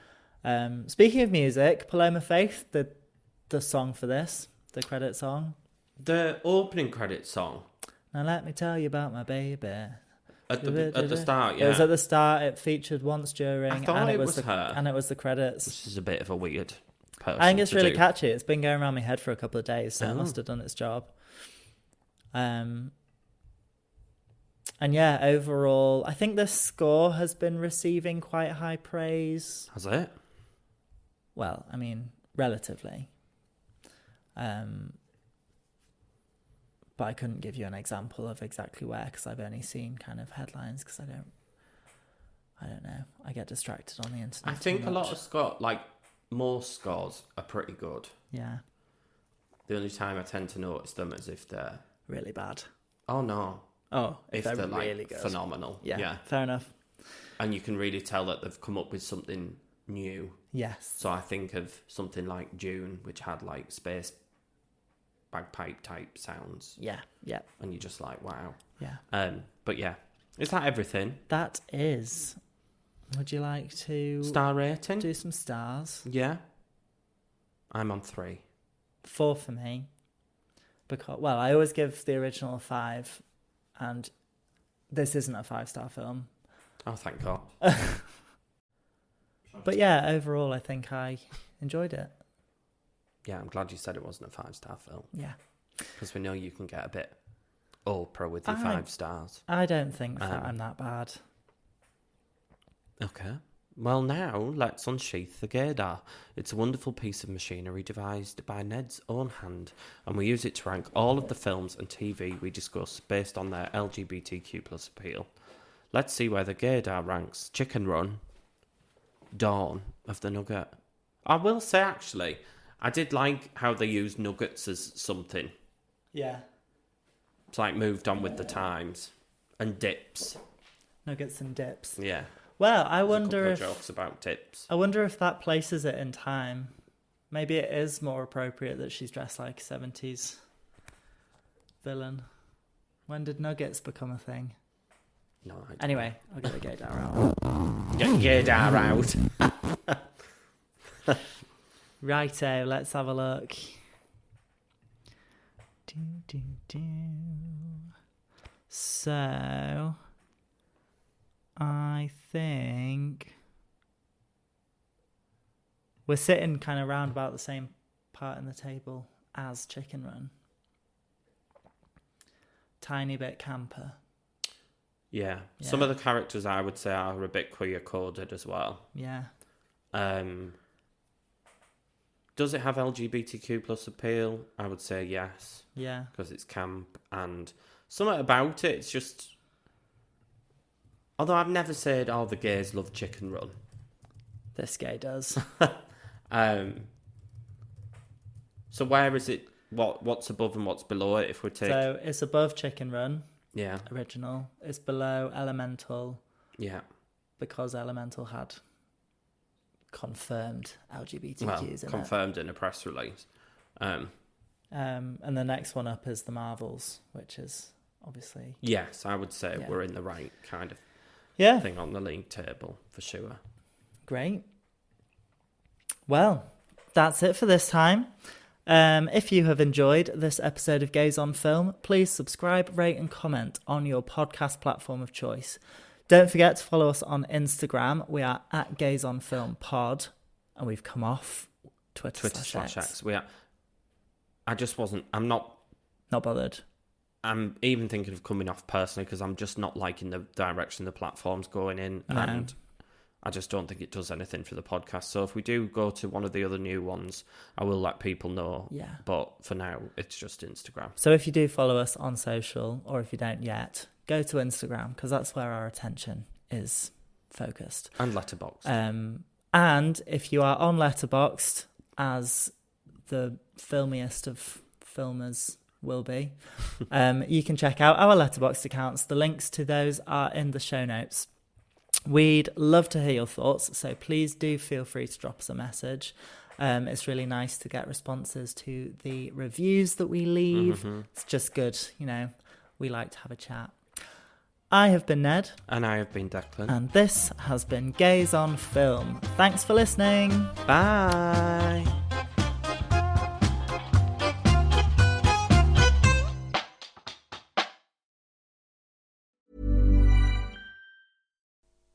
S1: Um speaking of music, Paloma Faith did the song for this, the credit song.
S2: the opening credit song
S1: Now let me tell you about my baby.
S2: at the at the start. Yeah,
S1: It was at the start. It featured once during.
S2: I thought
S1: and it,
S2: it
S1: was,
S2: was
S1: the,
S2: her.
S1: And it was the credits.
S2: this is a bit of a weird.
S1: I think it's
S2: person to
S1: really
S2: do.
S1: catchy. It's been going around my head for a couple of days, so it
S2: Oh.
S1: must have done its job. Um, and yeah, overall, I think this score has been receiving quite high praise.
S2: Has it?
S1: Well, I mean, relatively. Um, but I couldn't give you an example of exactly where because I've only seen kind of headlines because I don't. I don't know. I get distracted on the internet.
S2: I
S1: too
S2: think a lot
S1: much.
S2: of score, like most scores, are pretty good.
S1: yeah,
S2: The only time I tend to notice them is if they're
S1: really bad.
S2: oh no,
S1: Oh, if,
S2: if
S1: they're,
S2: they're, like
S1: really good.
S2: phenomenal.
S1: yeah,
S2: yeah,
S1: fair enough.
S2: and you can really tell that they've come up with something new.
S1: Yes.
S2: So I think of something like June, which had like space bagpipe type sounds,
S1: Yeah. Yeah.
S2: and you're just like, wow.
S1: Yeah.
S2: Um, but yeah, is that everything?
S1: That is. Would you like to
S2: Star rating?
S1: do some stars?
S2: yeah, I'm on three.
S1: Four for me. Because well, I always give the original a five, and this isn't a five star film.
S2: Oh, thank God.
S1: But yeah, overall, I think I enjoyed it.
S2: Yeah, I'm glad you said it wasn't a five star film
S1: Yeah.
S2: because we know you can get a bit Oprah with your
S1: I-
S2: five stars.
S1: I don't think that
S2: Um,
S1: I'm that bad.
S2: Okay. Well, now let's unsheath the gaydar. It's a wonderful piece of machinery devised by Ned's own hand, and we use it to rank all of the films and TV we discuss based on their LGBTQ plus appeal. Let's see where the gaydar ranks Chicken Run, Dawn of the Nugget. I will say, actually, I did like how they used nuggets as something.
S1: Yeah.
S2: It's like moved on with the times. And dips.
S1: Nuggets and dips.
S2: Yeah.
S1: Well, I
S2: There's a
S1: wonder
S2: couple
S1: if
S2: of jokes about dips.
S1: I wonder if that places it in time. Maybe it is more appropriate that she's dressed like a 70s villain. When did nuggets become a thing?
S2: No, I don't
S1: Anyway, I'll get the gate out.
S2: Get your dar out.
S1: Righto, let's have a look. Do, do, do. So, I think we're sitting kind of round about the same part in the table as Chicken Run. Tiny bit camper.
S2: Yeah. Some
S1: Yeah.
S2: of the characters I would say are a bit queer coded as well.
S1: Yeah.
S2: Um, does it have LGBTQ plus appeal? I would say yes,
S1: Yeah.
S2: because it's camp and something about it. It's just. Although I've never said, "Oh, the gays love Chicken Run."
S1: This guy does.
S2: Um, so where is it? What what's above and what's below it? If we take,
S1: so, it's above Chicken Run,
S2: yeah,
S1: original. It's below Elemental.
S2: yeah.
S1: because Elemental had confirmed LGBTQs
S2: Well,
S1: in
S2: confirmed in a press release. Um,
S1: it. Um, and the next one up is the Marvels, which is obviously
S2: yes, I would say
S1: Yeah.
S2: we're in the right kind of
S1: yeah,
S2: thing on the league table for sure.
S1: great. Well, that's it for this time. Um, if you have enjoyed this episode of Gaze on Film, please subscribe, rate, and comment on your podcast platform of choice. Don't forget to follow us on Instagram. We are at Gaze on Film Pod, and we've come off Twitter,
S2: Twitter
S1: slash
S2: slash
S1: X.
S2: X. We are. I just wasn't. I'm not.
S1: Not bothered.
S2: I'm even thinking of coming off personally because I'm just not liking the direction the platform's going in,
S1: No.
S2: and I just don't think it does anything for the podcast. So if we do go to one of the other new ones, I will let people know.
S1: Yeah.
S2: But for now, it's just Instagram.
S1: So if you do follow us on social, or if you don't yet, go to Instagram because that's where our attention is focused.
S2: And letterbox.
S1: Um, and if you are on Letterboxd, as the filmiest of filmers will be, um, you can check out our Letterboxd accounts. The links to those are in the show notes. We'd love to hear your thoughts, so please do feel free to drop us a message. Um, it's really nice to get responses to the reviews that we leave. It's just good, you know, we like to have a chat. I have been Ned.
S2: and I have been Declan.
S1: And this has been Gaze on Film. Thanks for listening.
S2: Bye.